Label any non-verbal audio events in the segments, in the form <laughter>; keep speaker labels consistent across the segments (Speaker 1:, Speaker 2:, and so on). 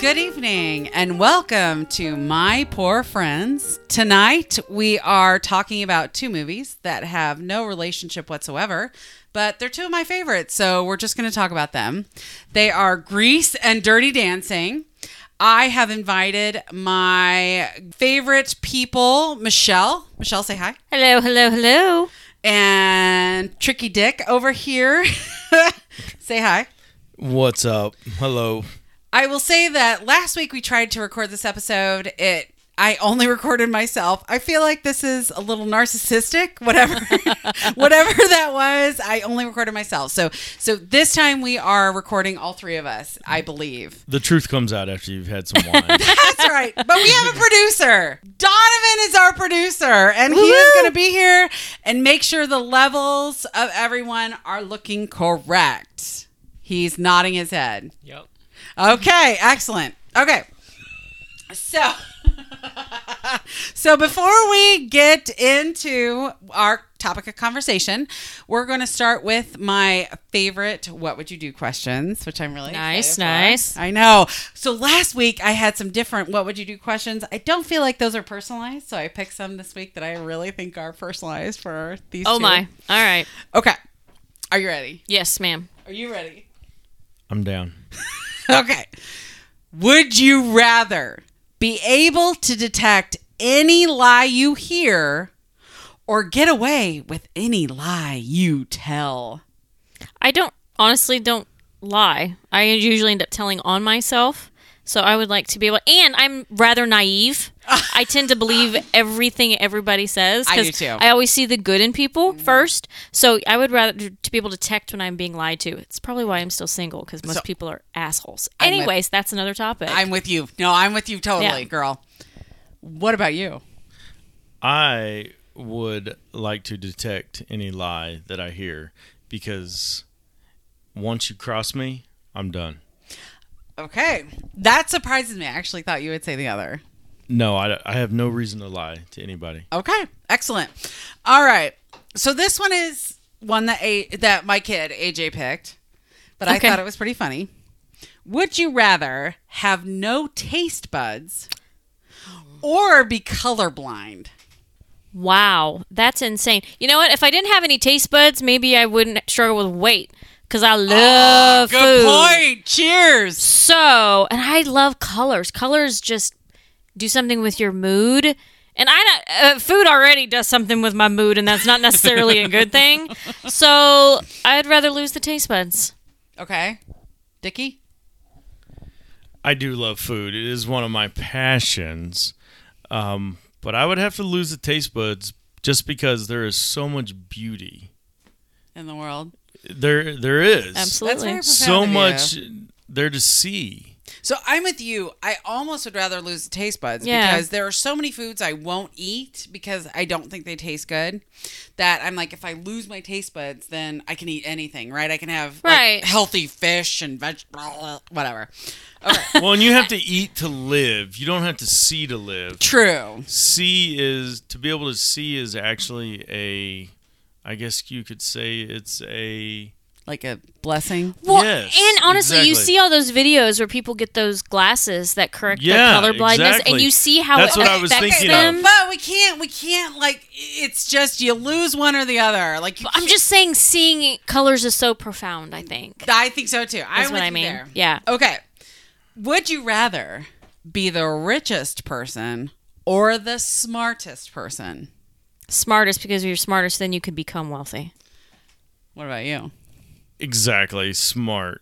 Speaker 1: Good evening and welcome to My Poor Friends. Tonight we are talking about two movies that have no relationship whatsoever, but they're two of my favorites, so we're just going to talk about them. They are Grease and Dirty Dancing. I have invited my favorite people, Michelle. Michelle, say hi.
Speaker 2: Hello, hello, hello.
Speaker 1: And Tricky Dick over here. <laughs> say hi.
Speaker 3: What's up? Hello.
Speaker 1: I will say that last week we tried to record this episode. It I only <laughs> recorded myself. I feel like this is a little narcissistic, <laughs> whatever whatever that was. I only recorded myself. So so this time we are recording all three of us, I believe.
Speaker 3: The truth comes out after you've had some wine.
Speaker 1: That's right. But we have a producer. Donovan is our producer and he is going to be here and make sure the levels of everyone are looking correct. He's nodding his head.
Speaker 4: Yep.
Speaker 1: Okay, excellent. Okay. So <laughs> So before we get into our topic of conversation, we're going to start with my favorite what would you do questions, which I'm really
Speaker 2: Nice,
Speaker 1: excited for.
Speaker 2: nice.
Speaker 1: I know. So last week I had some different what would you do questions. I don't feel like those are personalized, so I picked some this week that I really think are personalized for these
Speaker 2: Oh
Speaker 1: two.
Speaker 2: my. All right.
Speaker 1: Okay. Are you ready?
Speaker 2: Yes, ma'am.
Speaker 1: Are you ready?
Speaker 3: I'm down.
Speaker 1: <laughs> Okay. Would you rather be able to detect any lie you hear or get away with any lie you tell?
Speaker 2: I don't honestly don't lie. I usually end up telling on myself. So I would like to be able and I'm rather
Speaker 1: <laughs>
Speaker 2: naive. I tend to believe everything everybody says
Speaker 1: I do
Speaker 2: 'cause
Speaker 1: too. Mm.
Speaker 2: I always see the good in people first. So I would rather to be able to detect when I'm being lied to. It's probably why I'm still single cuz most people are assholes.
Speaker 1: with-
Speaker 2: Anyways, that's another topic.
Speaker 1: I'm with you. No, I'm with you totally,
Speaker 2: Yeah.
Speaker 1: girl. What about you?
Speaker 3: I would like to detect any lie that I hear because once you cross me, I'm done.
Speaker 1: Okay. That surprises me. I actually thought you would say the other.
Speaker 3: No, I, I have no reason to lie to anybody.
Speaker 1: Okay, excellent. All right. So this one is one that a that my kid AJ picked, but I
Speaker 2: Okay.
Speaker 1: thought it was pretty funny. Would you rather have no taste buds or be colorblind?
Speaker 2: Wow, that's insane. You know what? If I didn't have any taste buds, maybe I wouldn't struggle with weight because
Speaker 3: Oh,
Speaker 2: I love food.
Speaker 1: point. Cheers.
Speaker 2: So, and I love colors. Colors just do something with your mood. And I don't- uh, food already does something with my mood, and that's not necessarily a good
Speaker 3: <laughs>
Speaker 2: thing. So I'd rather lose the taste buds.
Speaker 1: Okay, Dickie.
Speaker 3: I do love food, it is one of my passions. Um, but I would have to lose the taste buds just because there is so much beauty.
Speaker 1: In the world,
Speaker 3: There, There is
Speaker 1: that's
Speaker 2: Absolutely.
Speaker 1: very profound
Speaker 3: so
Speaker 1: of you.
Speaker 3: much there to see.
Speaker 1: So I'm with you. I almost would rather lose the taste buds
Speaker 2: Yeah.
Speaker 1: because there are so many foods I won't eat because I don't think they taste good. That I'm like, if I lose my taste buds, then I can eat anything, right? I can have like,
Speaker 2: Right.
Speaker 1: healthy fish and vegetable, whatever.
Speaker 3: well, and you have to eat to live. You don't have to see to live.
Speaker 1: True.
Speaker 3: See is to be able to see is actually a, I guess you could say it's a.
Speaker 1: Like a blessing.
Speaker 2: Well,
Speaker 3: Yes,
Speaker 2: and honestly, you
Speaker 3: exactly.
Speaker 2: see all those videos where people get those glasses that correct
Speaker 3: Yeah,
Speaker 2: their colorblindness, and
Speaker 3: exactly.
Speaker 2: you see how
Speaker 3: That's
Speaker 2: it
Speaker 3: what I was
Speaker 2: affects
Speaker 3: thinking
Speaker 2: them.
Speaker 3: of.
Speaker 1: But we can't, we can't, like, it's just you lose one or the other. Like, you
Speaker 2: I'm
Speaker 1: can't-
Speaker 2: just saying, seeing colors is so profound. I think
Speaker 1: I think so too. I'm
Speaker 2: that's what
Speaker 1: with
Speaker 2: I
Speaker 1: you
Speaker 2: mean.
Speaker 1: there.
Speaker 2: Yeah.
Speaker 1: Okay. Would you rather be the richest person or the smartest person?
Speaker 2: smartest because if you're smartest, then you could become wealthy.
Speaker 1: What about you?
Speaker 3: Exactly, smart.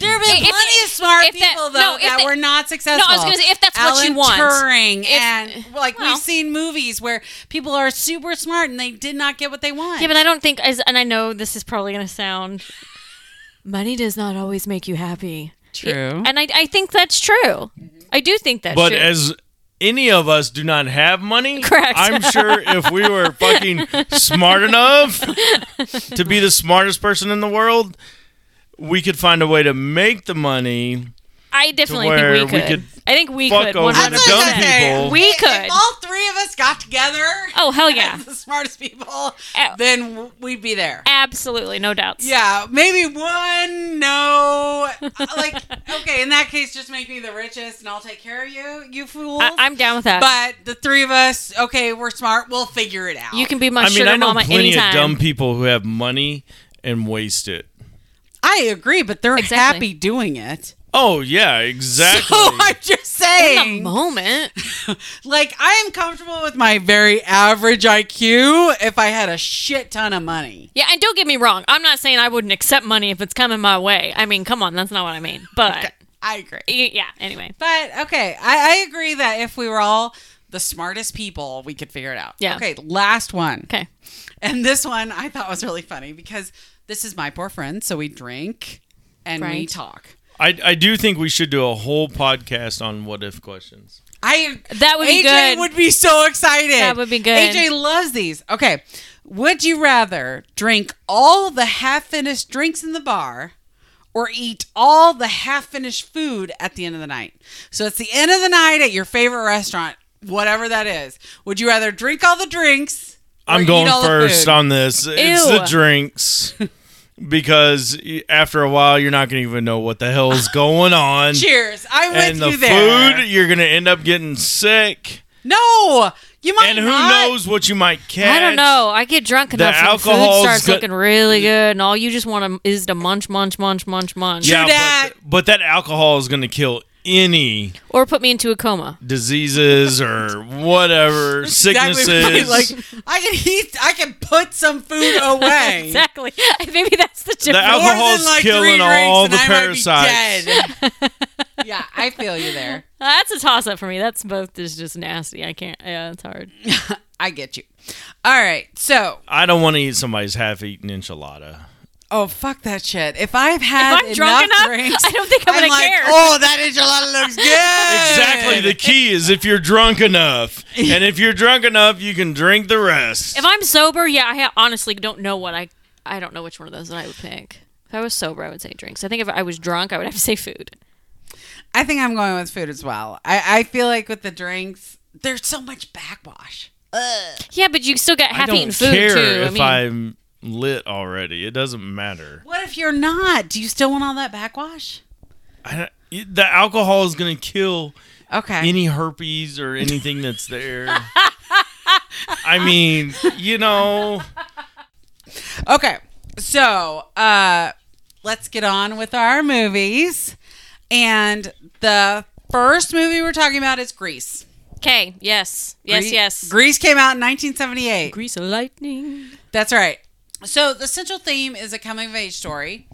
Speaker 1: There have been
Speaker 2: If- if-
Speaker 1: plenty of smart
Speaker 2: if that-
Speaker 1: people though
Speaker 2: no, if
Speaker 1: that
Speaker 2: that-
Speaker 1: were not successful.
Speaker 2: gonna say, if that's what
Speaker 1: Alan
Speaker 2: you want.
Speaker 1: Turing
Speaker 2: If-
Speaker 1: and like
Speaker 2: well.
Speaker 1: we've seen movies where people are super smart and they did not get what they want.
Speaker 2: Yeah, but I don't think, as, and I know this is probably going to sound, <laughs> money does not always make you happy.
Speaker 1: True.
Speaker 2: And I, I think that's true. I do think that's
Speaker 3: But
Speaker 2: true.
Speaker 3: as any of us do not have
Speaker 2: <laughs>
Speaker 3: money,
Speaker 2: Correct.
Speaker 3: I'm sure if we were fucking smart enough to be the smartest person in the world, we could find a way to make the money
Speaker 2: I definitely
Speaker 3: where
Speaker 2: think we
Speaker 3: we
Speaker 2: could.
Speaker 3: could
Speaker 2: I think we
Speaker 3: fuck
Speaker 2: could.
Speaker 3: over
Speaker 1: That's what I was
Speaker 3: dumb
Speaker 2: 100%.
Speaker 1: gonna say.
Speaker 3: people.
Speaker 2: We
Speaker 1: If-
Speaker 2: could.
Speaker 1: If all three of us got together.
Speaker 2: Oh, hell yeah.
Speaker 1: <laughs> as the smartest people.
Speaker 2: Ow.
Speaker 1: Then w- we'd be there.
Speaker 2: Absolutely, no
Speaker 1: <laughs>
Speaker 2: doubts.
Speaker 1: Yeah, maybe one. No, Uh, like okay. In that case, just make me the richest, and I'll take care of you, you fools.
Speaker 2: I, I'm down with that.
Speaker 1: but the three of us, okay, we're smart. We'll figure it out.
Speaker 2: you can be my
Speaker 3: I mean,
Speaker 2: sugar
Speaker 3: I know
Speaker 2: mama
Speaker 3: plenty
Speaker 2: anytime.
Speaker 3: of dumb people who have money and waste it.
Speaker 1: I agree, but they're
Speaker 2: Exactly.
Speaker 1: happy doing it.
Speaker 3: Oh yeah,
Speaker 1: <laughs>
Speaker 3: exactly.
Speaker 1: So I'm just
Speaker 2: in the
Speaker 1: saying,
Speaker 2: moment.
Speaker 1: like, I am comfortable with my very average IQ if I had a shit ton of money.
Speaker 2: Yeah, and don't get me wrong. I'm not saying I wouldn't accept money if it's coming my way. I mean, come on, that's not what I mean. But
Speaker 1: I agree.
Speaker 2: y yeah, anyway.
Speaker 1: But okay, I, I agree that if we were all the smartest people, we could figure it out.
Speaker 2: Yeah.
Speaker 1: Okay, last one.
Speaker 2: Okay.
Speaker 1: And this one I thought was really funny because this is my poor friend, so we drink and we
Speaker 2: Right.
Speaker 1: talk.
Speaker 3: I, I do think we should do a whole podcast on what if questions.
Speaker 1: I
Speaker 2: That would
Speaker 1: AJ
Speaker 2: be good.
Speaker 1: would be so excited.
Speaker 2: That would be good.
Speaker 1: AJ loves these. Okay, would you rather drink all the half-finished drinks in the bar? Or eat all the half finished food at the end of the night. So it's the end of the night at your favorite restaurant, whatever that is. Would you rather drink all the drinks? or
Speaker 3: I'm
Speaker 1: eat
Speaker 3: going
Speaker 1: all the
Speaker 3: first
Speaker 1: food?
Speaker 3: on this. It's
Speaker 2: Ew.
Speaker 3: the
Speaker 1: <laughs>
Speaker 3: drinks. Because y- after a while, you're not going to even know what the hell's going on.
Speaker 1: Cheers. I'm
Speaker 3: and
Speaker 1: with
Speaker 3: the
Speaker 1: you there.
Speaker 3: food, you're going to end up getting sick.
Speaker 1: No, you might.
Speaker 3: And who
Speaker 1: not.
Speaker 3: knows what you might catch.
Speaker 2: I don't know. I get drunk enough and the food
Speaker 3: alcohol's
Speaker 2: starts
Speaker 3: go-
Speaker 2: looking really good, and all you just want to is to munch, munch, munch, munch, munch,
Speaker 3: Yeah,
Speaker 1: that.
Speaker 3: But, but that alcohol is going to kill any
Speaker 2: or put me into a coma.
Speaker 1: <laughs>
Speaker 3: diseases or whatever,
Speaker 1: Exactly
Speaker 3: sicknesses.
Speaker 1: right. <laughs> Like I can eat. I can put some
Speaker 2: <laughs>
Speaker 1: food away.
Speaker 2: Exactly. <laughs> Maybe that's the
Speaker 3: the
Speaker 2: difference.
Speaker 3: alcohol's killing all the
Speaker 1: and I might be
Speaker 3: parasites.
Speaker 2: <laughs>
Speaker 1: dead. yeah, I feel you there.
Speaker 2: that's a toss up for me. That's both is just nasty. I can't. Yeah, it's hard.
Speaker 1: <laughs> I get you. All right, so
Speaker 3: I don't want to eat somebody's half-eaten enchilada.
Speaker 1: oh fuck that shit. If I've had
Speaker 2: I'm
Speaker 1: enough
Speaker 2: drunk enough,
Speaker 1: drinks,
Speaker 2: I don't think I'm gonna
Speaker 1: like,
Speaker 2: care.
Speaker 1: Oh, that enchilada
Speaker 2: <laughs>
Speaker 1: looks good.
Speaker 3: Exactly. The key is if you're
Speaker 2: <laughs>
Speaker 3: drunk enough, and if you're drunk enough, you can drink the rest.
Speaker 2: If I'm sober, yeah, I ha- honestly don't know what I. I don't know which one of those that I would pick. If I was sober, I would say drinks. I think if I was drunk, I would have to say food.
Speaker 1: I think I'm going with food as well. I, I feel like with the drinks, there's so much backwash.
Speaker 2: Yeah, but you still got
Speaker 3: I
Speaker 2: half-eaten
Speaker 3: don't
Speaker 2: food
Speaker 3: care
Speaker 2: too.
Speaker 3: if
Speaker 2: I mean,
Speaker 3: I'm lit already. It doesn't matter.
Speaker 1: What if you're not? Do you still want all that backwash?
Speaker 3: I, the alcohol is going to kill
Speaker 1: Okay.
Speaker 3: any herpes or anything that's there.
Speaker 2: <laughs>
Speaker 3: I mean, you know,
Speaker 1: Okay. So uh, let's get on with our movies. And the first movie we're talking about is Grease.
Speaker 2: okay, yes, yes,
Speaker 1: Gre-
Speaker 2: yes.
Speaker 1: Grease came out in 1978.
Speaker 2: Grease of lightning.
Speaker 1: That's right. So the central theme is a coming of age story.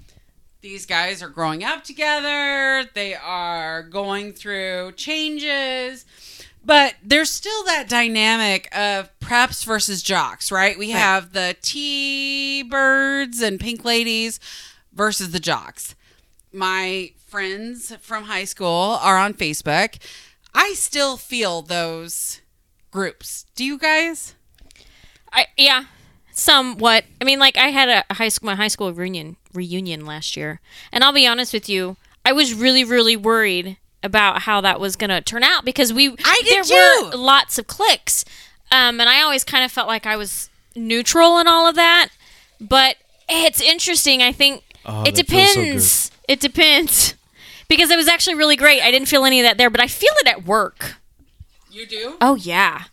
Speaker 1: These guys are growing up together, they are going through changes. But there's still that dynamic of preps versus jocks, right? We have the T birds and pink ladies versus the jocks. My friends from high school are on Facebook. I still feel those groups. Do you guys?
Speaker 2: I yeah, somewhat. I mean, like I had a high school my high school reunion reunion last year, and I'll be honest with you, I was really really worried about how that was gonna turn out because we
Speaker 1: I did
Speaker 2: there were
Speaker 1: too.
Speaker 2: lots of clicks, um, and I always kind of felt like I was neutral in all of that, but it's interesting. I think it
Speaker 3: Oh, that feels so
Speaker 2: depends. it depends. Because it was actually really great. I didn't feel any of that there, but I feel it at work.
Speaker 1: You do?
Speaker 2: Oh yeah,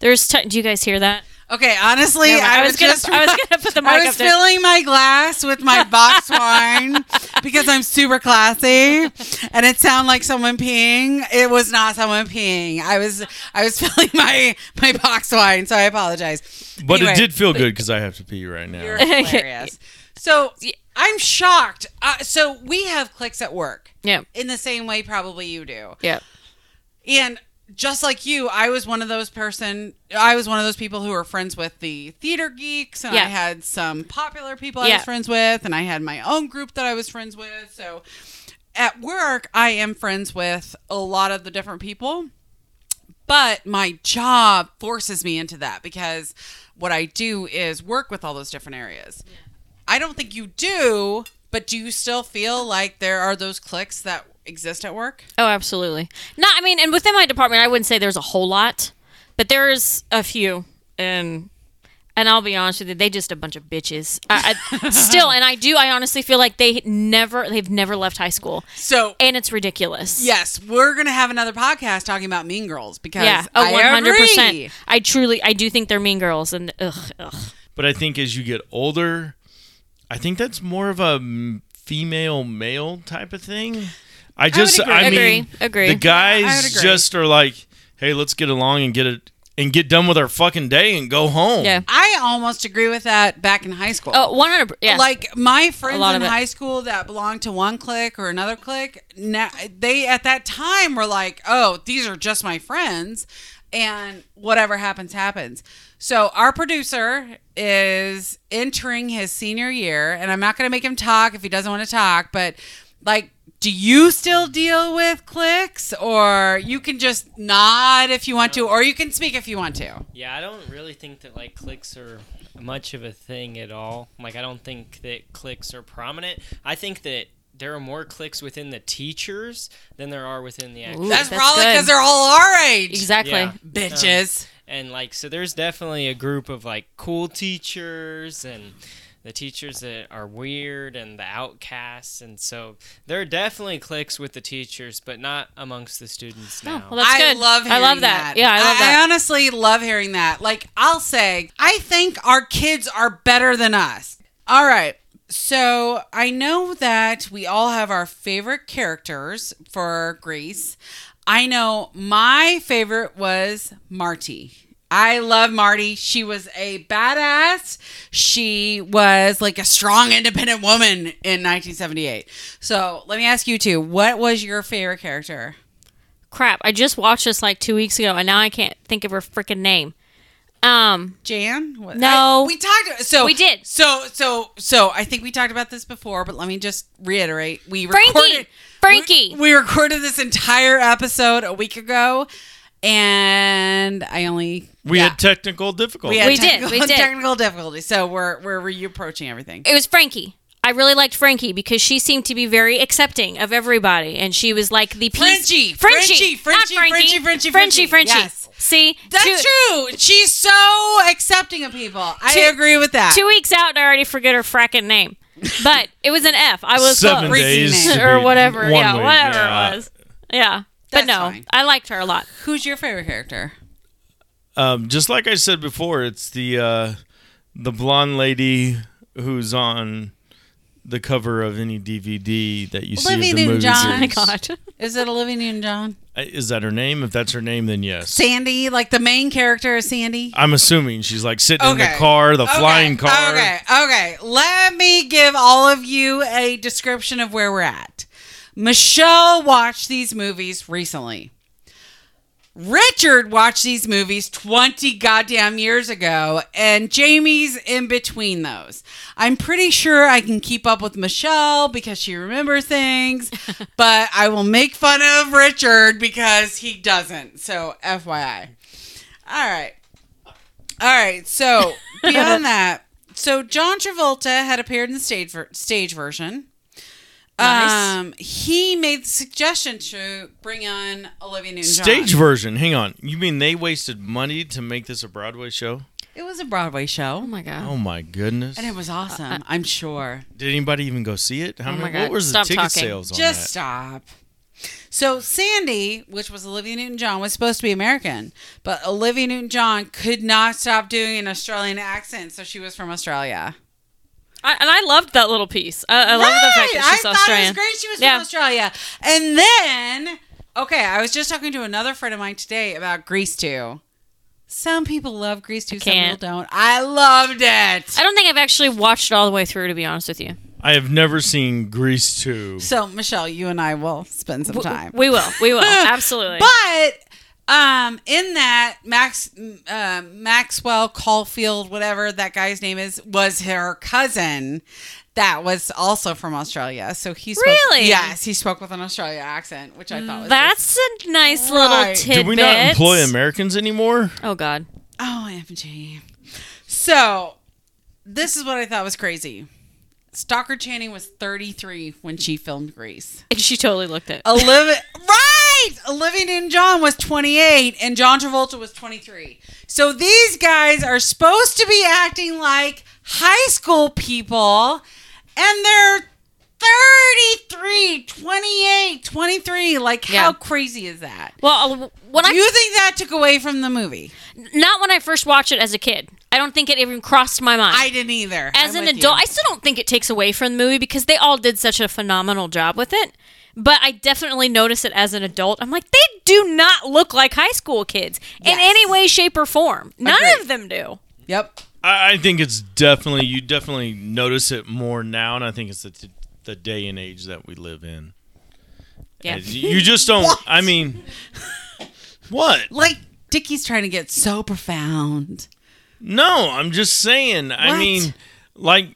Speaker 2: there's. T- do you guys hear that?
Speaker 1: Okay, honestly,
Speaker 2: Never mind.
Speaker 1: I,
Speaker 2: I was
Speaker 1: was
Speaker 2: gonna-
Speaker 1: just
Speaker 2: <laughs> I was gonna put the
Speaker 1: <laughs> I
Speaker 2: mic
Speaker 1: was
Speaker 2: up there.
Speaker 1: filling my glass with my
Speaker 2: <laughs>
Speaker 1: box wine because I'm super classy, and it sounded like someone peeing. It was not someone peeing. I was I was <laughs> filling my my box wine, so I apologize.
Speaker 3: but
Speaker 1: Anyway,
Speaker 3: it did feel good because I have to pee right now.
Speaker 1: You're <laughs> hilarious. So I'm shocked. Uh, so we have clicks at work
Speaker 2: Yeah.
Speaker 1: in the same way probably you do.
Speaker 2: Yeah.
Speaker 1: And just like you, I was one of those person. I was one of those people who were friends with the theater geeks, and I
Speaker 2: Yeah.
Speaker 1: had some popular people I
Speaker 2: Yeah.
Speaker 1: was friends with, and I had my own group that I was friends with. So at work, I am friends with a lot of the different people, but my job forces me into that because what I do is work with all those different areas. I don't think you do, but do you still feel like there are those clicks that exist at work?
Speaker 2: Oh, absolutely. No, I mean, and within my department, I wouldn't say there's a whole lot, but there's a few, and and I'll be honest with you, they just a bunch of bitches. I, <laughs> I, still, and I do, I honestly feel like they never, they've never left high school,
Speaker 1: So
Speaker 2: and it's ridiculous.
Speaker 1: yes, we're gonna have another podcast talking about Mean Girls because
Speaker 2: yeah,
Speaker 1: I
Speaker 2: oh, one hundred
Speaker 1: agree.
Speaker 2: percent. I truly, I do think they're mean girls, and ugh, ugh.
Speaker 3: But I think as you get older, I think that's more of a female male type of thing. I just
Speaker 1: agree.
Speaker 3: I, mean
Speaker 2: Agree, agree.
Speaker 3: the
Speaker 1: I would
Speaker 3: guys
Speaker 1: agree.
Speaker 3: just are like, "Hey, let's get along and get it and get done with our fucking day and go home."
Speaker 2: Yeah.
Speaker 1: I almost agree with that back in high school.
Speaker 2: Oh, one hundred. Yeah,
Speaker 1: Like my friends
Speaker 2: lot
Speaker 1: in
Speaker 2: of it.
Speaker 1: high school that belonged to one clique or another clique, now they at that time were like, "Oh, these are just my friends," and whatever happens, happens. So our producer is entering his senior year, and I'm not going to make him talk if he doesn't want to talk. But like, do you still deal with cliques, or you can just nod if you want to, or you can speak if you want to?
Speaker 4: Yeah, I don't really think that like clicks are much of a thing at all. Like I don't think that clicks are prominent. I think that there are more clicks within the teachers than there are within the actual.
Speaker 2: Ooh,
Speaker 1: That's,
Speaker 2: that's
Speaker 1: probably
Speaker 2: good.
Speaker 1: because they're all our age,
Speaker 2: exactly.
Speaker 4: Yeah. <laughs> Um,
Speaker 1: bitches.
Speaker 4: And like so there's definitely a group of like cool teachers and the teachers that are weird and the outcasts and so there are definitely clicks with the teachers but not amongst the students now.
Speaker 2: Oh, well, that's
Speaker 1: I
Speaker 2: good.
Speaker 1: love
Speaker 2: I
Speaker 1: hearing
Speaker 2: love that. Yeah, I love
Speaker 1: I
Speaker 2: that.
Speaker 1: honestly love hearing that. Like, I'll say, I think our kids are better than us. All right. So I know that we all have our favorite characters for Greece. I know my favorite was Marty. I love Marty. She was a badass. She was like a strong, independent woman in 1978. So let me ask you two what was your favorite character?
Speaker 2: Crap, I just watched this like two weeks ago, and now I can't think of her freaking name. Um,
Speaker 1: Jan? What-
Speaker 2: No.
Speaker 1: I- we talked. So
Speaker 2: We did.
Speaker 1: So so so I think we talked about this before, but let me just reiterate. We
Speaker 2: Frankie!
Speaker 1: recorded
Speaker 2: Frankie!
Speaker 1: We, we recorded this entire episode a week ago, and I only
Speaker 3: We
Speaker 1: yeah.
Speaker 3: had technical difficulties.
Speaker 2: We did,
Speaker 1: <laughs>
Speaker 2: we did.
Speaker 1: technical difficulties. So we're we're reapproaching everything.
Speaker 2: it was Frankie. I really liked Frankie because she seemed to be very accepting of everybody, and she was like the peace.
Speaker 1: Frenchie, Frenchie, Frenchie,
Speaker 2: Frenchie,
Speaker 1: Frenchie,
Speaker 2: not Frankie,
Speaker 1: Frenchie, Frenchie.
Speaker 2: Frenchie, Frenchie.
Speaker 1: Yes.
Speaker 2: See,
Speaker 1: That's
Speaker 2: two,
Speaker 1: true. She's so accepting of people. I
Speaker 2: Two-
Speaker 1: agree with that.
Speaker 2: Two weeks out, and I already forget her fracking name, but it was an F. I was
Speaker 3: Seven
Speaker 2: close.
Speaker 1: Freaky
Speaker 3: days
Speaker 1: name.
Speaker 3: to
Speaker 2: or
Speaker 3: be-
Speaker 2: whatever.
Speaker 3: one
Speaker 2: yeah,
Speaker 3: week.
Speaker 2: whatever
Speaker 3: Yeah.
Speaker 2: it was. Yeah,
Speaker 1: That's
Speaker 2: but no,
Speaker 1: fine.
Speaker 2: I liked her a lot. <laughs>
Speaker 1: Who's your favorite character?
Speaker 3: Um, just like I said before, it's the uh, the blonde lady who's on the cover of any DVD that you see
Speaker 1: Olivia
Speaker 3: of the movie
Speaker 1: Newton-John.
Speaker 3: <laughs>
Speaker 2: Oh my
Speaker 3: series.
Speaker 2: god,
Speaker 1: Is it Olivia Newton-John?
Speaker 3: Uh, Is that her name? If that's her name, then yes.
Speaker 1: Sandy, like the main character is Sandy.
Speaker 3: I'm assuming she's like sitting in
Speaker 1: Okay.
Speaker 3: the car, the flying
Speaker 1: Okay,
Speaker 3: car.
Speaker 1: Okay, okay. Let me give all of you a description of where we're at. Michelle watched these movies recently. Richard watched these movies 20 goddamn years ago, and Jamie's in between those. I'm pretty sure I can keep up with Michelle because she remembers things, but I will make fun of Richard because he doesn't. So, FYI. All right. All right. <laughs> So beyond that, so John Travolta had appeared in the stage ver- stage version.
Speaker 2: Nice.
Speaker 1: Um, he made the suggestion to bring on Olivia Newton-John.
Speaker 3: Stage version. Hang on. You mean they wasted money to make this a Broadway show?
Speaker 1: It was a Broadway
Speaker 2: oh
Speaker 1: show, Uh,
Speaker 2: my god.
Speaker 3: Oh my goodness!
Speaker 1: and it was awesome. I'm sure.
Speaker 3: Did anybody even go see it? How
Speaker 2: Oh
Speaker 3: many,
Speaker 2: my God.
Speaker 3: What was the
Speaker 2: Stop
Speaker 3: ticket
Speaker 2: talking.
Speaker 3: sales on
Speaker 1: Just
Speaker 3: that?
Speaker 1: stop. So Sandy, which was Olivia Newton-John, was supposed to be American, but Olivia Newton-John could not stop doing an Australian accent, so she was from Australia.
Speaker 2: I, and I loved that little piece. I, I love the fact that she's
Speaker 1: I
Speaker 2: Australian.
Speaker 1: thought it was great. She was
Speaker 2: Yeah.
Speaker 1: from Australia. And then, okay, I was just talking to another friend of mine today about Grease 2. Some people love Grease 2, some people
Speaker 2: can't.
Speaker 1: don't. I loved it.
Speaker 2: I don't think I've actually watched it all the way through, to be honest with you.
Speaker 3: I have never seen Grease two.
Speaker 1: So, Michelle, you and I will spend some
Speaker 2: W-
Speaker 1: time.
Speaker 2: We will. We
Speaker 1: <laughs>
Speaker 2: will.
Speaker 1: <sighs>
Speaker 2: Absolutely.
Speaker 1: But um, in that Max uh, Maxwell Caulfield, whatever that guy's name is, was her cousin. That was also from Australia. So he spoke,
Speaker 2: Really? Mm.
Speaker 1: yes, he spoke with an Australia accent, which I thought was
Speaker 2: That's a nice little
Speaker 1: Right.
Speaker 2: tidbit.
Speaker 3: Do we not employ Americans anymore?
Speaker 2: Oh God.
Speaker 1: Oh, OMG. So, this is what I thought was crazy. Stalker Channing was 33 when she filmed Grease.
Speaker 2: And she totally looked
Speaker 1: Oh.
Speaker 2: it.
Speaker 1: <laughs> Olivia, right? Olivia Newton-John was 28, and John Travolta was 23. So these guys are supposed to be acting like high school people, and they're 33, 28, 23. Like,
Speaker 2: Yeah.
Speaker 1: how crazy is that?
Speaker 2: Well, uh, when
Speaker 1: Do
Speaker 2: I
Speaker 1: you think that took away from the movie?
Speaker 2: not when I first watched it as a kid. I don't think it even crossed my mind.
Speaker 1: I didn't either.
Speaker 2: as
Speaker 1: I'm
Speaker 2: an
Speaker 1: with
Speaker 2: adult,
Speaker 1: you.
Speaker 2: I still don't think it takes away from the movie because they all did such a phenomenal job with it. But I definitely notice it as an adult. I'm like, they do not look like high school kids in
Speaker 1: Yes.
Speaker 2: any way, shape, or form. None
Speaker 1: Agreed.
Speaker 2: of them do.
Speaker 1: yep.
Speaker 3: I, I think it's definitely you definitely notice it more now, and I think it's the the day and age that we live in.
Speaker 2: Yeah.
Speaker 3: And You you just don't.
Speaker 1: What? <laughs>
Speaker 3: I mean, what?
Speaker 1: Like, Dickie's trying to get so profound.
Speaker 3: No, I'm just saying. I
Speaker 1: What?
Speaker 3: mean, like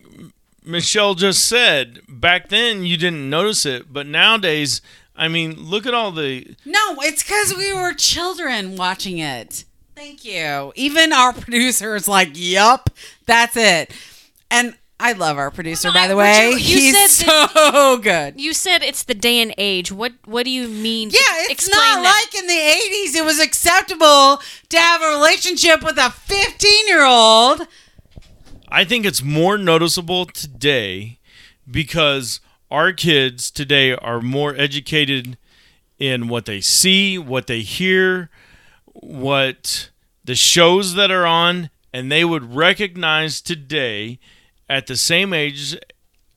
Speaker 3: Michelle just said, back then you didn't notice it, but nowadays, I mean, look at all the.
Speaker 1: No, it's because we were children watching it. Thank you. Even our producer is like, "Yup, that's it." And I love our producer,
Speaker 2: Well,
Speaker 1: by the
Speaker 2: would
Speaker 1: way.
Speaker 2: you- you
Speaker 1: He's
Speaker 2: said
Speaker 1: <laughs> so good.
Speaker 2: You said it's the day and age. What What do you mean?
Speaker 1: Yeah, it's not like in the '80s it was acceptable to have a relationship with a 15-year-old.
Speaker 3: I think it's more noticeable today because our kids today are more educated in what they see, what they hear, what the shows that are on, and they would recognize today at the same age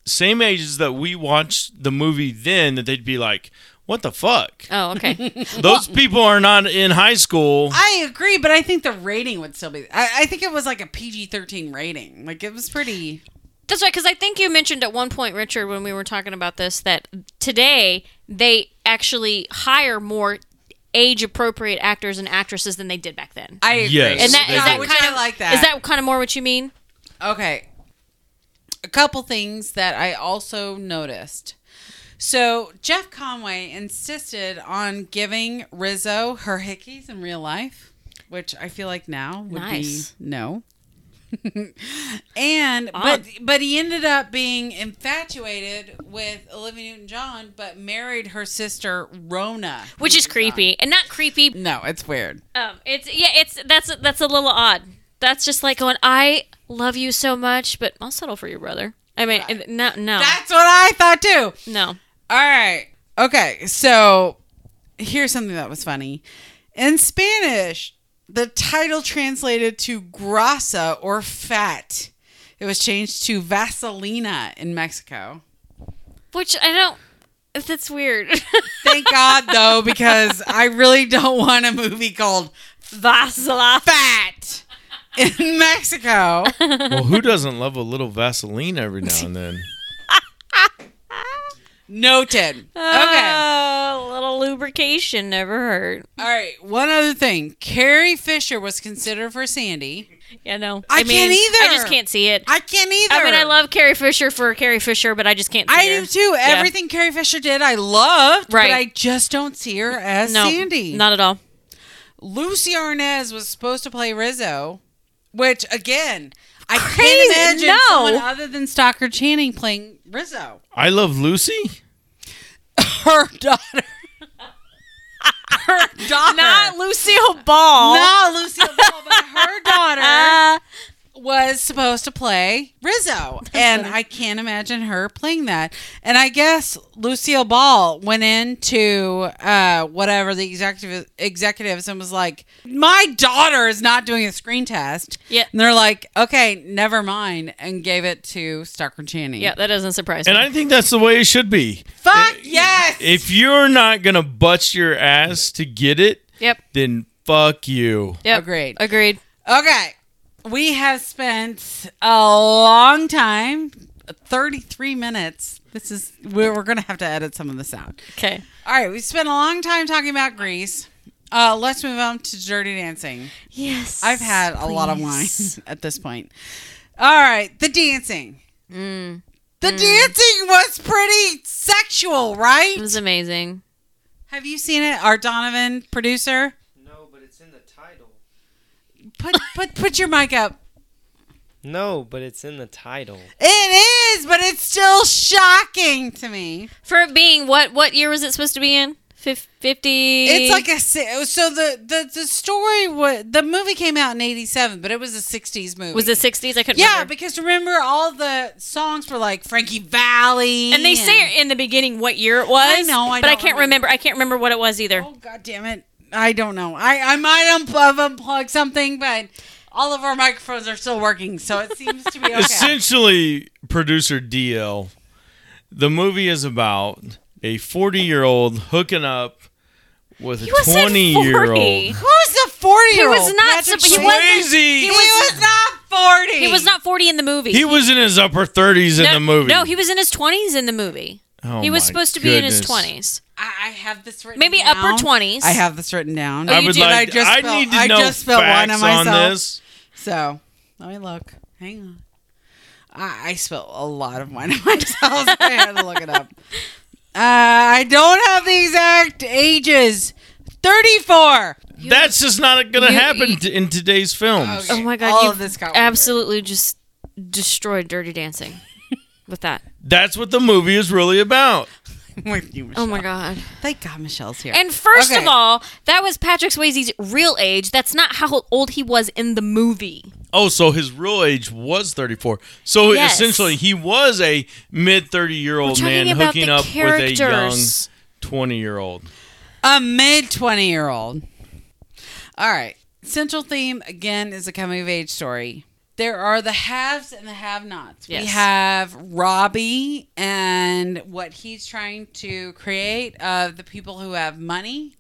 Speaker 3: same ages that we watched the movie then that they'd be like, What
Speaker 2: <laughs>
Speaker 3: the fuck?
Speaker 2: Oh,
Speaker 1: <laughs>
Speaker 2: okay.
Speaker 3: Those people are not in high school.
Speaker 1: I agree, but I think the rating would still be. I, I think it was like a PG-13 rating. Like it was pretty.
Speaker 2: That's right, because I think you mentioned at one point, Richard, when we were talking about this, that today they actually hire more age-appropriate actors and actresses than they did back then.
Speaker 1: I agree.
Speaker 3: Yes,
Speaker 2: And that,
Speaker 3: they
Speaker 2: is
Speaker 3: do.
Speaker 2: that
Speaker 1: Which
Speaker 2: kind
Speaker 1: I
Speaker 2: of
Speaker 1: like that.
Speaker 2: Is that kind of more what you mean?
Speaker 1: Okay. A couple things that I also noticed. So Jeff Conway insisted on giving Rizzo her hickeys in real life, which I feel like now would
Speaker 2: Nice.
Speaker 1: be no. <laughs> and
Speaker 2: Odd.
Speaker 1: but but he ended up being infatuated with Olivia Newton-John, but married her sister Rona,
Speaker 2: Which is
Speaker 1: Newton-John.
Speaker 2: creepy and not creepy.
Speaker 1: No, it's weird.
Speaker 2: Um, it's yeah, it's that's that's a little odd. That's just like going, I love you so much, but I'll settle for your brother. I mean, no, no,
Speaker 1: That's what I thought too.
Speaker 2: no.
Speaker 1: All right. Okay. So here's something that was funny. In Spanish, the title translated to grasa or fat. It was changed to Vaselina in Mexico.
Speaker 2: Which I don't.
Speaker 1: <laughs>
Speaker 2: That's weird.
Speaker 1: Thank God, though,
Speaker 2: <laughs>
Speaker 1: because I really don't want a movie called
Speaker 2: <laughs> Vasala.
Speaker 1: Fat in Mexico.
Speaker 3: well, who doesn't love a little Vaseline every now and then?
Speaker 1: Noted. Okay.
Speaker 2: Oh, a little lubrication never hurt.
Speaker 1: All right. One other thing Carrie Fisher was considered for Sandy.
Speaker 2: Yeah, no.
Speaker 1: I can't either.
Speaker 2: I just can't see it.
Speaker 1: I can't either.
Speaker 2: I mean, I love Carrie Fisher for Carrie Fisher, but I just can't see
Speaker 1: I do
Speaker 2: her.
Speaker 1: too.
Speaker 2: Yeah.
Speaker 1: Everything Carrie Fisher did, I loved. But
Speaker 2: Right.
Speaker 1: I just don't see her as
Speaker 2: No,
Speaker 1: Sandy.
Speaker 2: not at all.
Speaker 1: Lucy Arnaz was supposed to play Rizzo, which again, I
Speaker 2: Crazy.
Speaker 1: can't imagine
Speaker 2: No.
Speaker 1: someone other than Stalker Channing playing Rizzo.
Speaker 3: I love Lucy.
Speaker 1: Her daughter. <laughs> her daughter.
Speaker 2: Not Lucille Ball. Uh.
Speaker 1: not Lucy Ball,
Speaker 2: <laughs>
Speaker 1: but her daughter was supposed to play Rizzo.
Speaker 2: <laughs>
Speaker 1: And I can't imagine her playing that. And I guess Lucille Ball went into uh, whatever the executive executives and was like, My daughter is not doing a screen test.
Speaker 2: Yeah.
Speaker 1: And they're like, Okay, never mind, and gave it to Stalker Channing.
Speaker 2: yeah, that doesn't surprise
Speaker 3: And
Speaker 2: me.
Speaker 3: I think that's the way it should be.
Speaker 1: Fuck yes.
Speaker 3: If you're not going to bust your ass to get it,
Speaker 2: yep.
Speaker 3: then fuck you.
Speaker 2: Yep.
Speaker 1: Agreed.
Speaker 2: Agreed.
Speaker 1: Okay. We have spent a long time, 33 minutes. This is, we're, we're going to have to edit some of this out.
Speaker 2: Okay.
Speaker 1: All right, we spent a long time talking about Grease. Uh, let's move on to Dirty Dancing.
Speaker 2: Yes.
Speaker 1: I've had a lot of wine <laughs> at this point. All right, the dancing.
Speaker 2: Mm,
Speaker 1: The dancing was pretty sexual,
Speaker 2: It
Speaker 1: right?
Speaker 2: was amazing.
Speaker 1: Have you seen it, our Donovan producer?
Speaker 4: No, but it's in the title.
Speaker 1: Put put put your mic up.
Speaker 4: No, but it's in the title.
Speaker 1: It is, but it's still shocking to me.
Speaker 2: for it being what what year was it supposed to be in? Fif- Fifty.
Speaker 1: It's like a si- uh, so the the the story was the movie came out in '87, but it was a '60s movie.
Speaker 2: was it sixties? I couldn't.
Speaker 1: Yeah,
Speaker 2: remember.
Speaker 1: because remember all the songs were like Frankie Valley,
Speaker 2: and they say in the beginning what year it was.
Speaker 1: I know, I
Speaker 2: but I
Speaker 1: don't
Speaker 2: can't remember. I can't remember what it was either.
Speaker 1: Oh god damn it! I don't know. I I might unplug, unplug something, but all of our microphones are still working, so it seems
Speaker 3: <laughs>
Speaker 1: to be okay.
Speaker 3: Essentially, producer DL, the movie is about a 40 year old hooking up with a
Speaker 2: wasn't
Speaker 3: 20 year
Speaker 2: 40.
Speaker 3: old.
Speaker 1: Who's the forty year
Speaker 2: He
Speaker 1: old?
Speaker 2: was not.
Speaker 1: Patrick
Speaker 2: supp- he
Speaker 1: Swayze?
Speaker 2: wasn't.
Speaker 3: Crazy!
Speaker 1: He was not forty.
Speaker 2: He was not forty in the movie.
Speaker 3: He was in his upper 30s in
Speaker 2: no,
Speaker 3: the movie.
Speaker 2: No, he was in his twenties in the movie.
Speaker 3: Oh
Speaker 2: he was
Speaker 3: my
Speaker 2: supposed to be in his
Speaker 3: goodness.
Speaker 2: twenties.
Speaker 1: I, I have this written.
Speaker 2: Maybe
Speaker 1: down.
Speaker 2: upper 20s.
Speaker 1: I have this written down.
Speaker 2: Oh,
Speaker 3: I
Speaker 2: you
Speaker 3: would
Speaker 2: do.
Speaker 3: like.
Speaker 1: I just
Speaker 3: I
Speaker 1: spilled-
Speaker 3: need to
Speaker 1: I
Speaker 3: know
Speaker 1: just spilled wine on
Speaker 3: facts
Speaker 1: myself.
Speaker 3: on this.
Speaker 1: So let me look. Hang on. I, I spilled a lot of wine <laughs> on myself. I had to look it up. Uh, I don't have the exact ages. Thirty-four.
Speaker 3: That's just not going to
Speaker 2: you-
Speaker 3: happen t- in today's films.
Speaker 2: Oh my god!
Speaker 1: All
Speaker 2: you
Speaker 1: of this got
Speaker 2: absolutely just destroyed Dirty <laughs> Dancing with that.
Speaker 3: That's what the movie is really about.
Speaker 1: <laughs> with you, Michelle.
Speaker 2: Oh my god!
Speaker 1: Thank God Michelle's here.
Speaker 2: And first
Speaker 1: Okay.
Speaker 2: of all, that was Patrick Swayze's real age. That's not how old he was in the movie.
Speaker 3: Oh, so his real age was 34. So
Speaker 2: Yes.
Speaker 3: essentially, he was a mid 30 year old
Speaker 2: We're
Speaker 3: man
Speaker 2: talking about
Speaker 3: hooking
Speaker 2: the
Speaker 3: up with a young
Speaker 2: characters.
Speaker 3: 20 year old.
Speaker 1: a mid 20 year old. All right. Central theme again is a coming of age story. There are the haves and the have nots. We
Speaker 2: Yes.
Speaker 1: have Robbie and what he's trying to create of the people who have money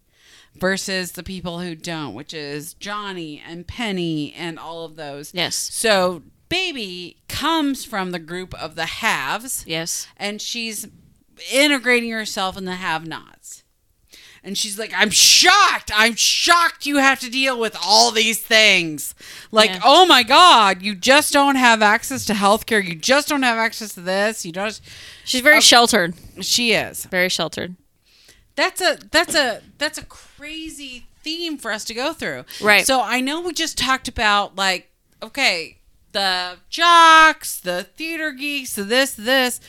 Speaker 1: versus the people who don't, which is Johnny and Penny and all of those.
Speaker 2: Yes.
Speaker 1: So, Baby comes from the group of the haves
Speaker 2: Yes.
Speaker 1: and she's integrating herself in the have nots. And she's like, I'm shocked. I'm shocked you have to deal with all these things. Like,
Speaker 2: Yeah.
Speaker 1: oh my God, you just don't have access to healthcare. You just don't have access to this. You don't.
Speaker 2: She's very sheltered.
Speaker 1: She is.
Speaker 2: Very sheltered.
Speaker 1: That's a that's a that's a crazy theme for us to go through.
Speaker 2: Right.
Speaker 1: So I know we just talked about like okay, the jocks, the theater geeks, the this, this.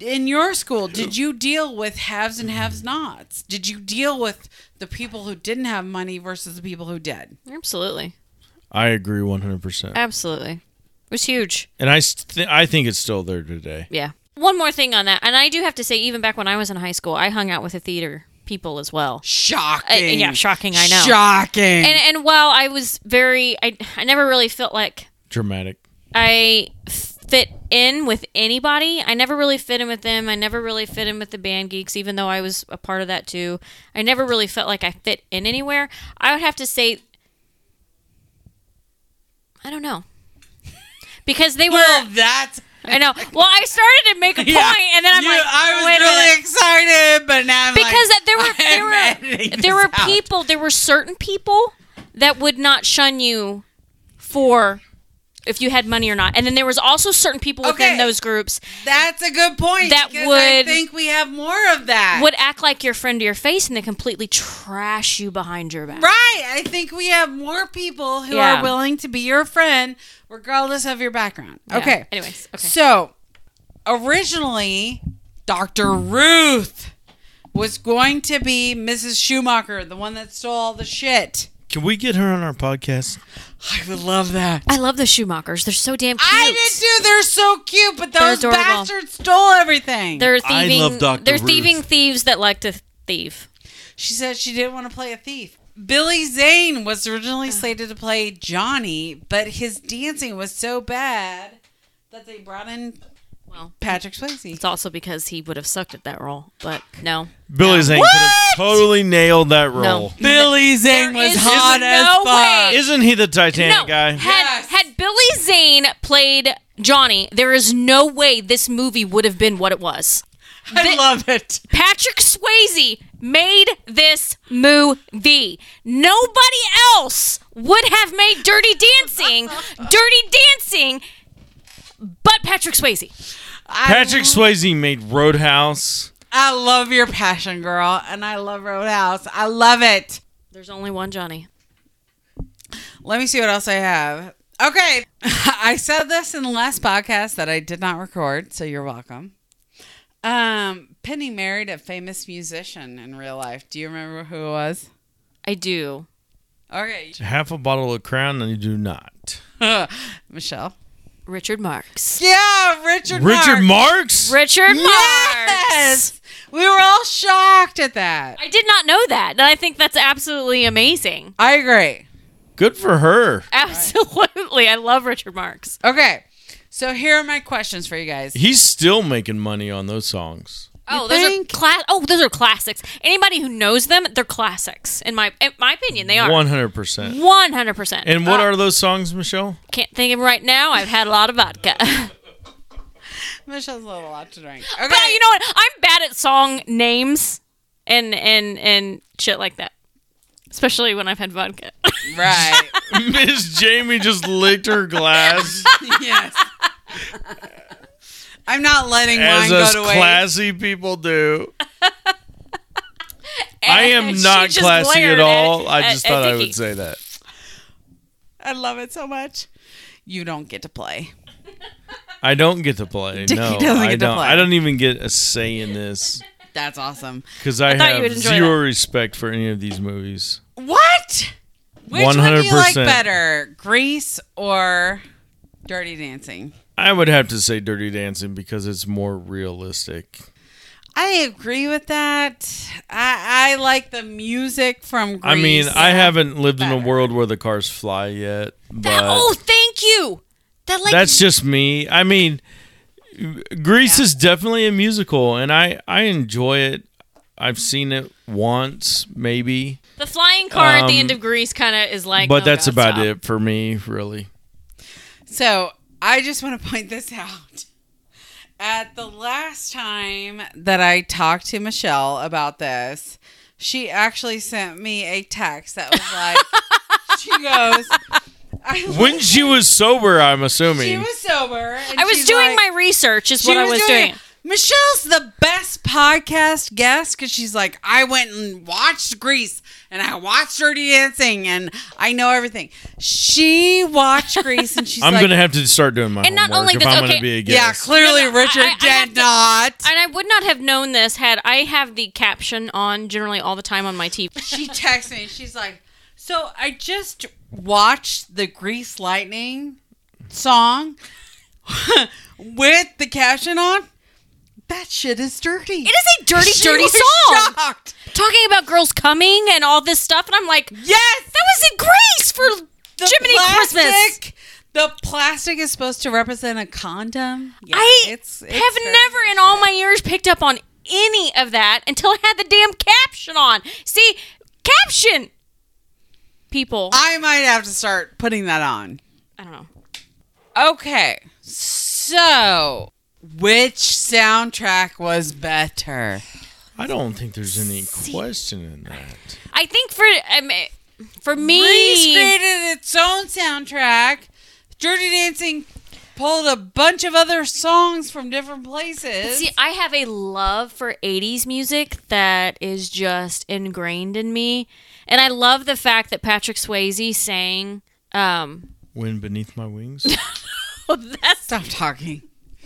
Speaker 1: In your school, did you deal with haves and haves nots? Did you deal with the people who didn't have money versus the people who did?
Speaker 2: Absolutely.
Speaker 3: I agree 100%.
Speaker 2: Absolutely. It was huge.
Speaker 3: And I, s- th- I think it's still there today.
Speaker 2: Yeah. One more thing on that, and I do have to say, even back when I was in high school, I hung out with the theater people as well.
Speaker 1: Shocking.
Speaker 2: Uh, yeah, shocking, I know.
Speaker 1: Shocking.
Speaker 2: And and while I was very, I I never really felt like
Speaker 3: Dramatic.
Speaker 2: I fit in with anybody. I never really fit in with them. I never really fit in with the band geeks, even though I was a part of that too. I never really felt like I fit in anywhere. I would have to say, I don't know, because they were.
Speaker 1: well, that's
Speaker 2: I know. Well, I started to
Speaker 1: <laughs>
Speaker 2: make a point, and then I'm
Speaker 1: You-
Speaker 2: like,
Speaker 1: I was
Speaker 2: wait a minute
Speaker 1: really excited, but now I'm
Speaker 2: because
Speaker 1: like,
Speaker 2: there were
Speaker 1: I'm
Speaker 2: there
Speaker 1: <laughs>
Speaker 2: were
Speaker 1: editing
Speaker 2: there
Speaker 1: this
Speaker 2: were
Speaker 1: out.
Speaker 2: people there were certain people that would not shun you for if you had money or not and then there was also certain people within
Speaker 1: Okay.
Speaker 2: those groups
Speaker 1: That's a good point.
Speaker 2: That
Speaker 1: because I
Speaker 2: would-
Speaker 1: think we have more of that.
Speaker 2: would act like your friend to your face and then completely trash you behind your back
Speaker 1: right. I think we have more people who
Speaker 2: Yeah.
Speaker 1: are willing to be your friend, regardless of your background.
Speaker 2: Yeah.
Speaker 1: Okay.
Speaker 2: anyways okay
Speaker 1: So originally, Dr. Ruth was going to be Mrs. Schumacher, the one that stole all the shit.
Speaker 3: Can we get her on our podcast?
Speaker 1: I would love that.
Speaker 2: i love the schumachers they're so damn cute
Speaker 1: I did too. They're so cute, but those
Speaker 2: adorable.
Speaker 1: bastards stole everything.
Speaker 2: they're
Speaker 3: I
Speaker 2: thieving
Speaker 3: love Dr.
Speaker 2: they're
Speaker 3: Ruth.
Speaker 2: thieving thieves that like to thieve
Speaker 1: She said she didn't want to play a thief. Billy Zane was originally slated to play Johnny, but his dancing was so bad that they brought in
Speaker 2: well
Speaker 1: Patrick Swayze.
Speaker 2: it's also because he would have sucked at that role but no
Speaker 3: Billy Zane could have totally nailed that role.
Speaker 2: No.
Speaker 1: Billy Zane
Speaker 2: There
Speaker 1: was
Speaker 2: is
Speaker 1: hot
Speaker 2: no
Speaker 1: as fuck.
Speaker 2: way.
Speaker 3: Isn't he the Titanic
Speaker 2: no,
Speaker 3: guy?
Speaker 2: Had
Speaker 1: Yes.
Speaker 2: had Billy Zane played Johnny, there is no way this movie would have been what it was.
Speaker 1: I love it.
Speaker 2: Patrick Swayze made this movie. Nobody else would have made Dirty
Speaker 1: <laughs>
Speaker 2: Dancing, Dirty Dancing, but Patrick Swayze.
Speaker 3: Patrick Swayze made Roadhouse.
Speaker 1: I love your passion, girl, and I love Roadhouse. I love it.
Speaker 2: There's only one Johnny.
Speaker 1: Let me see what else I have. Okay. <laughs> I said this in the last podcast that I did not record, so you're welcome. Um, Penny married a famous musician in real life. Do you remember who it was?
Speaker 2: I do.
Speaker 1: Okay. <laughs>
Speaker 3: Half a bottle of Crown, and you do not.
Speaker 1: Michelle.
Speaker 2: Richard Marks.
Speaker 1: Yeah, Richard
Speaker 3: Richard
Speaker 1: Marx.
Speaker 3: Marks.
Speaker 2: Richard Marks.
Speaker 1: Yes. We were all shocked at that.
Speaker 2: I did not know that. And I think that's absolutely amazing.
Speaker 1: I agree.
Speaker 3: Good for her.
Speaker 2: Absolutely. I love Richard Marks.
Speaker 1: Okay. So here are my questions for you guys.
Speaker 3: He's still making money on those songs.
Speaker 2: Oh,
Speaker 1: You
Speaker 2: those
Speaker 1: think?
Speaker 2: are class. Oh, those are classics. Anybody who knows them, they're classics. In my in my opinion, they are
Speaker 3: One hundred percent.
Speaker 2: one hundred percent. Oh,
Speaker 3: And what are those
Speaker 2: <laughs>
Speaker 3: songs, Michelle?
Speaker 2: Can't think of 'em right now. I've had a lot of vodka. <laughs>
Speaker 1: Michelle's a little lot to drink. Okay.
Speaker 2: but you know <laughs> what? I'm bad at song names and and and shit like that. Especially when I've had vodka.
Speaker 1: Right.
Speaker 3: Miss Jamie just licked
Speaker 2: <laughs>
Speaker 3: her glass
Speaker 1: yes. I'm not letting
Speaker 3: as
Speaker 1: wine
Speaker 3: us
Speaker 1: go to waste.
Speaker 3: classy
Speaker 2: <laughs>
Speaker 3: people do. <laughs> I am
Speaker 2: She
Speaker 3: not
Speaker 2: just
Speaker 3: classy at
Speaker 2: glared at-
Speaker 3: all. I
Speaker 2: at-
Speaker 3: just
Speaker 2: at
Speaker 3: thought I
Speaker 2: Vicky.
Speaker 3: would say that.
Speaker 1: I love it so much. You don't get to play.
Speaker 3: I don't get
Speaker 2: <laughs>
Speaker 3: to play.
Speaker 1: Dickie
Speaker 3: no,
Speaker 1: doesn't
Speaker 3: I
Speaker 1: get to
Speaker 3: don't.
Speaker 1: play.
Speaker 3: I don't even get a say in this
Speaker 1: That's awesome.
Speaker 3: because I,
Speaker 2: thought you
Speaker 3: have
Speaker 2: would enjoy
Speaker 3: zero
Speaker 2: that.
Speaker 3: respect for any of these movies.
Speaker 1: What? Which one do you like
Speaker 3: 100%.
Speaker 1: better, Grease or Dirty Dancing?
Speaker 3: I would have to say Dirty Dancing because it's more realistic.
Speaker 1: I agree with that. I, I like the music from Grease.
Speaker 3: I mean, I haven't lived in
Speaker 1: better.
Speaker 3: a world where the cars fly yet,
Speaker 2: That-
Speaker 3: but
Speaker 2: oh, thank you. That like
Speaker 3: that's just me. I mean, Grease is definitely a musical, and I I enjoy it. I've seen it once, maybe,
Speaker 2: the flying car at the
Speaker 3: um,
Speaker 2: end of Grease kind of is like.
Speaker 3: but
Speaker 2: oh
Speaker 3: that's
Speaker 2: God,
Speaker 3: about
Speaker 2: stop.
Speaker 3: it for me, really.
Speaker 1: So I just want to <laughs> point this out. At the last time that I talked to Michelle about this, she actually sent me a text that was like,
Speaker 2: <laughs>
Speaker 1: she goes, I,
Speaker 3: When she was sober, I'm
Speaker 1: she
Speaker 3: assuming.
Speaker 1: was sober. and
Speaker 2: I was
Speaker 1: she's
Speaker 2: doing
Speaker 1: like-
Speaker 2: my research, is what I was doing.
Speaker 1: Michelle's the best podcast guest because she's like, I went and watched Grease and I watched Dirty Dancing and I know everything. She watched Grease and she's
Speaker 3: I'm
Speaker 1: like,
Speaker 3: gonna have to start doing my
Speaker 2: And not
Speaker 3: homework
Speaker 2: only
Speaker 3: if
Speaker 2: this-
Speaker 3: I'm
Speaker 2: okay,
Speaker 3: gonna be a
Speaker 1: yeah,
Speaker 3: guest.
Speaker 1: clearly
Speaker 2: No, no,
Speaker 1: Richard
Speaker 2: I- I have
Speaker 1: did
Speaker 2: to-
Speaker 1: not.
Speaker 2: And I would not have known this had I have the caption on generally all the time on my TV.
Speaker 1: she texts me. She's like, "So I just watched the Grease Lightning song <laughs> with the caption on. That shit is dirty.
Speaker 2: It is a <laughs> dirty, dirty
Speaker 1: was
Speaker 2: song.
Speaker 1: Shocked.
Speaker 2: Talking about girls coming and all this stuff, and I'm like, that
Speaker 1: Yes,
Speaker 2: was in Greece for Jiminy Christmas.
Speaker 1: The plastic is supposed to represent a condom. Yeah,
Speaker 2: I have
Speaker 1: very-
Speaker 2: never in all my years picked up on any of that until I had the damn caption on. See, caption people. I,
Speaker 1: I might have to start putting that on.
Speaker 2: don't know.
Speaker 1: Okay, so which soundtrack was better?
Speaker 3: I don't think there's any question in that.
Speaker 2: I think for um, for me,
Speaker 1: Grease created its own soundtrack. Dirty Dancing pulled a bunch of other songs from different places.
Speaker 2: See, I have a love for 80s music that is just ingrained in me. And I love the fact that Patrick Swayze sang. Um,
Speaker 3: Wind beneath my wings.
Speaker 2: well, oh, that's
Speaker 1: Stop talking.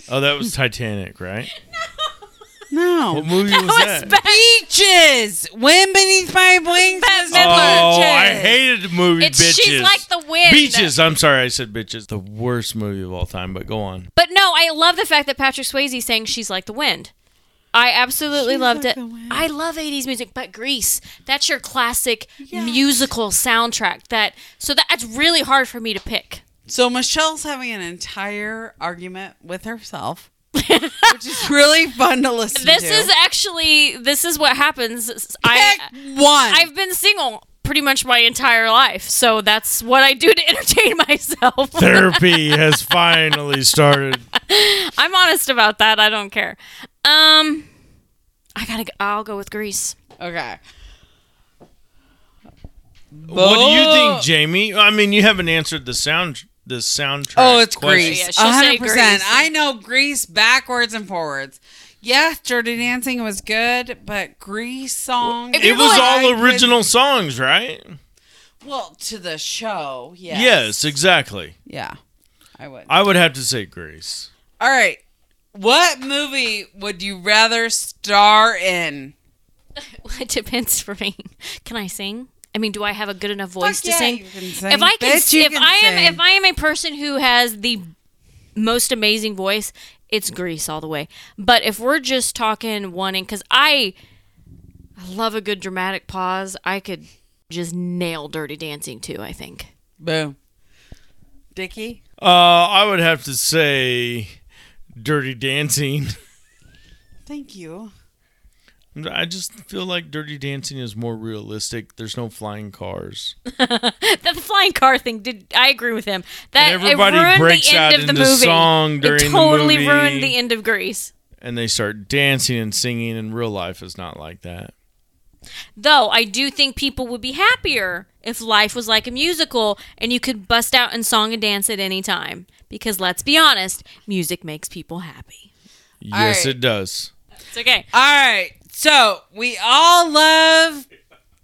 Speaker 3: oh,
Speaker 2: <laughs>
Speaker 3: that was Titanic, right? What
Speaker 1: No.
Speaker 3: movie was
Speaker 2: was
Speaker 3: that?
Speaker 2: bad.
Speaker 1: Beaches! Wind Beneath My Wings is
Speaker 2: Bad
Speaker 3: Oh,
Speaker 1: beaches.
Speaker 3: I hated the movie
Speaker 2: It's
Speaker 3: Bitches.
Speaker 2: she's like the wind.
Speaker 3: Beaches. I'm sorry, I said bitches. The worst movie of all time. But go on.
Speaker 2: But no, I love the fact that Patrick Swayze sang "She's Like the Wind." I absolutely loved
Speaker 1: like
Speaker 2: it.
Speaker 1: the wind.
Speaker 2: I love 80s music, but Grease, that's your classic musical soundtrack that so that, that's really hard for me to pick.
Speaker 1: So Michelle's having an entire argument with herself, which is really fun to listen
Speaker 2: This
Speaker 1: to.
Speaker 2: is actually this is what happens. I
Speaker 1: Pick one.
Speaker 2: I've been single pretty much my entire life, so that's what I do to <laughs> entertain myself.
Speaker 3: Therapy has finally started.
Speaker 2: <laughs> I'm honest about that. I don't care. Um, I gotta. Go, I'll go with Grease.
Speaker 1: okay.
Speaker 3: What do
Speaker 2: Oh.
Speaker 3: you think, Jamie? I mean, you haven't answered the sound. The soundtrack.
Speaker 1: Oh, it's
Speaker 3: question.
Speaker 1: Grease.
Speaker 2: Yeah,
Speaker 1: A
Speaker 2: she'll say
Speaker 1: hundred percent.
Speaker 2: Grease.
Speaker 1: I know Grease backwards and forwards. Yeah, Dirty Dancing was good, but Grease song.
Speaker 2: If
Speaker 3: It
Speaker 2: you're
Speaker 3: was
Speaker 2: going-
Speaker 3: all original songs, right?
Speaker 1: Well, to the show, yes.
Speaker 3: Yes, exactly.
Speaker 1: Yeah, I would.
Speaker 3: I would have to say Grace.
Speaker 1: All right. What movie would you rather star in?
Speaker 2: <laughs> it depends for me. Can I sing? I mean, do I have a good enough
Speaker 1: Fuck
Speaker 2: voice to
Speaker 1: yeah,
Speaker 2: sing?
Speaker 1: you can sing.
Speaker 2: If I can,
Speaker 1: Bitch, you
Speaker 2: if
Speaker 1: can
Speaker 2: I am,
Speaker 1: sing.
Speaker 2: if I am a person who has the most amazing voice, it's Grease all the way. But if we're just talking wanting, because I, I love a good dramatic pause. I could just nail Dirty Dancing too. I think. <laughs>
Speaker 1: Boom. Dickie?
Speaker 3: Uh, I would have to say Dirty Dancing. <laughs>
Speaker 1: Thank you.
Speaker 3: I just feel like Dirty Dancing is more realistic. There's no flying cars.
Speaker 2: The flying car thing did. I agree with him. That
Speaker 3: And everybody
Speaker 2: it ruined
Speaker 3: breaks
Speaker 2: the end
Speaker 3: out
Speaker 2: of the
Speaker 3: into
Speaker 2: movie.
Speaker 3: song during the
Speaker 2: it totally
Speaker 3: movie.
Speaker 2: ruined the end of Grease.
Speaker 3: And they start dancing and singing, and real life is not like that.
Speaker 2: Though I do think people would be happier if life was like a musical and you could bust out and song and dance at any time. Because let's be honest, music makes people happy.
Speaker 3: Yes,
Speaker 1: right.
Speaker 3: it does.
Speaker 2: It's okay.
Speaker 1: All right. So we all love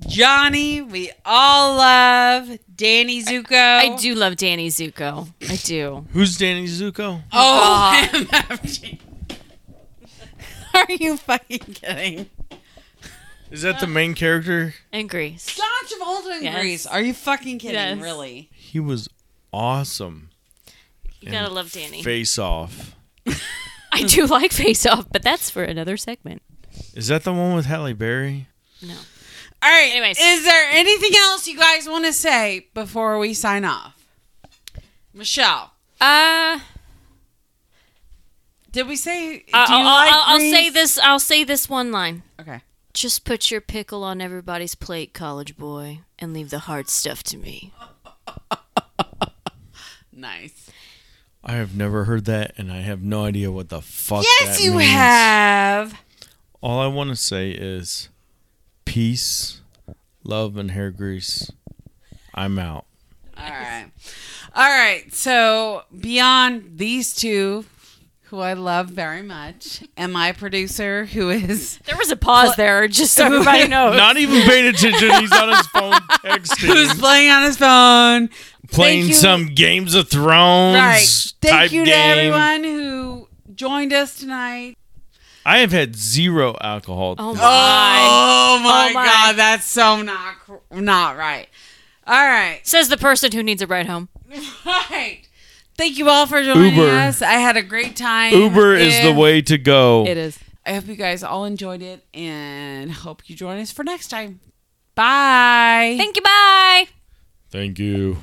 Speaker 1: Johnny. We all love Danny Zuko.
Speaker 2: I do love Danny Zuko. I do.
Speaker 3: Who's Danny Zuko?
Speaker 1: Oh,
Speaker 2: <laughs>
Speaker 1: MFG. Are you fucking kidding?
Speaker 3: Is
Speaker 1: Uh,
Speaker 3: that the main character?
Speaker 2: And Grease.
Speaker 1: John Travolta in
Speaker 2: Yes.
Speaker 1: Grease. Are you fucking kidding?
Speaker 2: Yes.
Speaker 1: Really?
Speaker 3: He was awesome.
Speaker 2: You gotta love Danny.
Speaker 3: Face Off.
Speaker 2: I do like Face Off, but that's for another segment.
Speaker 3: Is that the one with Halle Berry?
Speaker 2: No.
Speaker 1: All right.
Speaker 2: Anyways.
Speaker 1: is there anything else you guys want to say before we sign off? Michelle,
Speaker 2: Uh,
Speaker 1: did we say? Do
Speaker 2: Uh, I'll,
Speaker 1: you
Speaker 2: I'll-
Speaker 1: like
Speaker 2: I'll- I'll
Speaker 1: Grease?
Speaker 2: say this. I'll say this one line.
Speaker 1: Okay.
Speaker 2: Just put your pickle on everybody's plate, college boy, and leave the hard stuff to me.
Speaker 1: Nice.
Speaker 3: I have never heard that, and I have no idea what the fuck.
Speaker 1: Yes,
Speaker 3: that
Speaker 1: you
Speaker 3: means.
Speaker 1: have.
Speaker 3: All I want to say is peace, love, and hair grease. I'm out.
Speaker 1: All right. All right. So, beyond these two, who I love very much, and my producer, who is
Speaker 2: There was a pause there, just <laughs> so everybody knows.
Speaker 3: Not even paying attention. He's on his
Speaker 1: <laughs>
Speaker 3: phone
Speaker 1: Oh. who's
Speaker 3: texting,
Speaker 1: playing on his phone.
Speaker 3: playing
Speaker 1: Thank you-
Speaker 3: some Games of Thrones
Speaker 1: Right.
Speaker 3: type
Speaker 1: Thank you to
Speaker 3: game.
Speaker 1: everyone who joined us tonight.
Speaker 3: I have had zero alcohol.
Speaker 2: Oh
Speaker 3: today.
Speaker 2: my!
Speaker 1: Oh my,
Speaker 2: my.
Speaker 1: god, that's so not cr- not right. All right. <laughs>
Speaker 2: Says the person who needs a ride home.
Speaker 1: Right. Thank you all for joining
Speaker 3: Uber.
Speaker 1: us. I had a great time.
Speaker 3: Uber is the
Speaker 1: If-
Speaker 3: way to go.
Speaker 2: is.
Speaker 1: I hope you guys all enjoyed it and hope you join us for next time. Bye.
Speaker 2: Thank you. Bye.
Speaker 3: Thank you.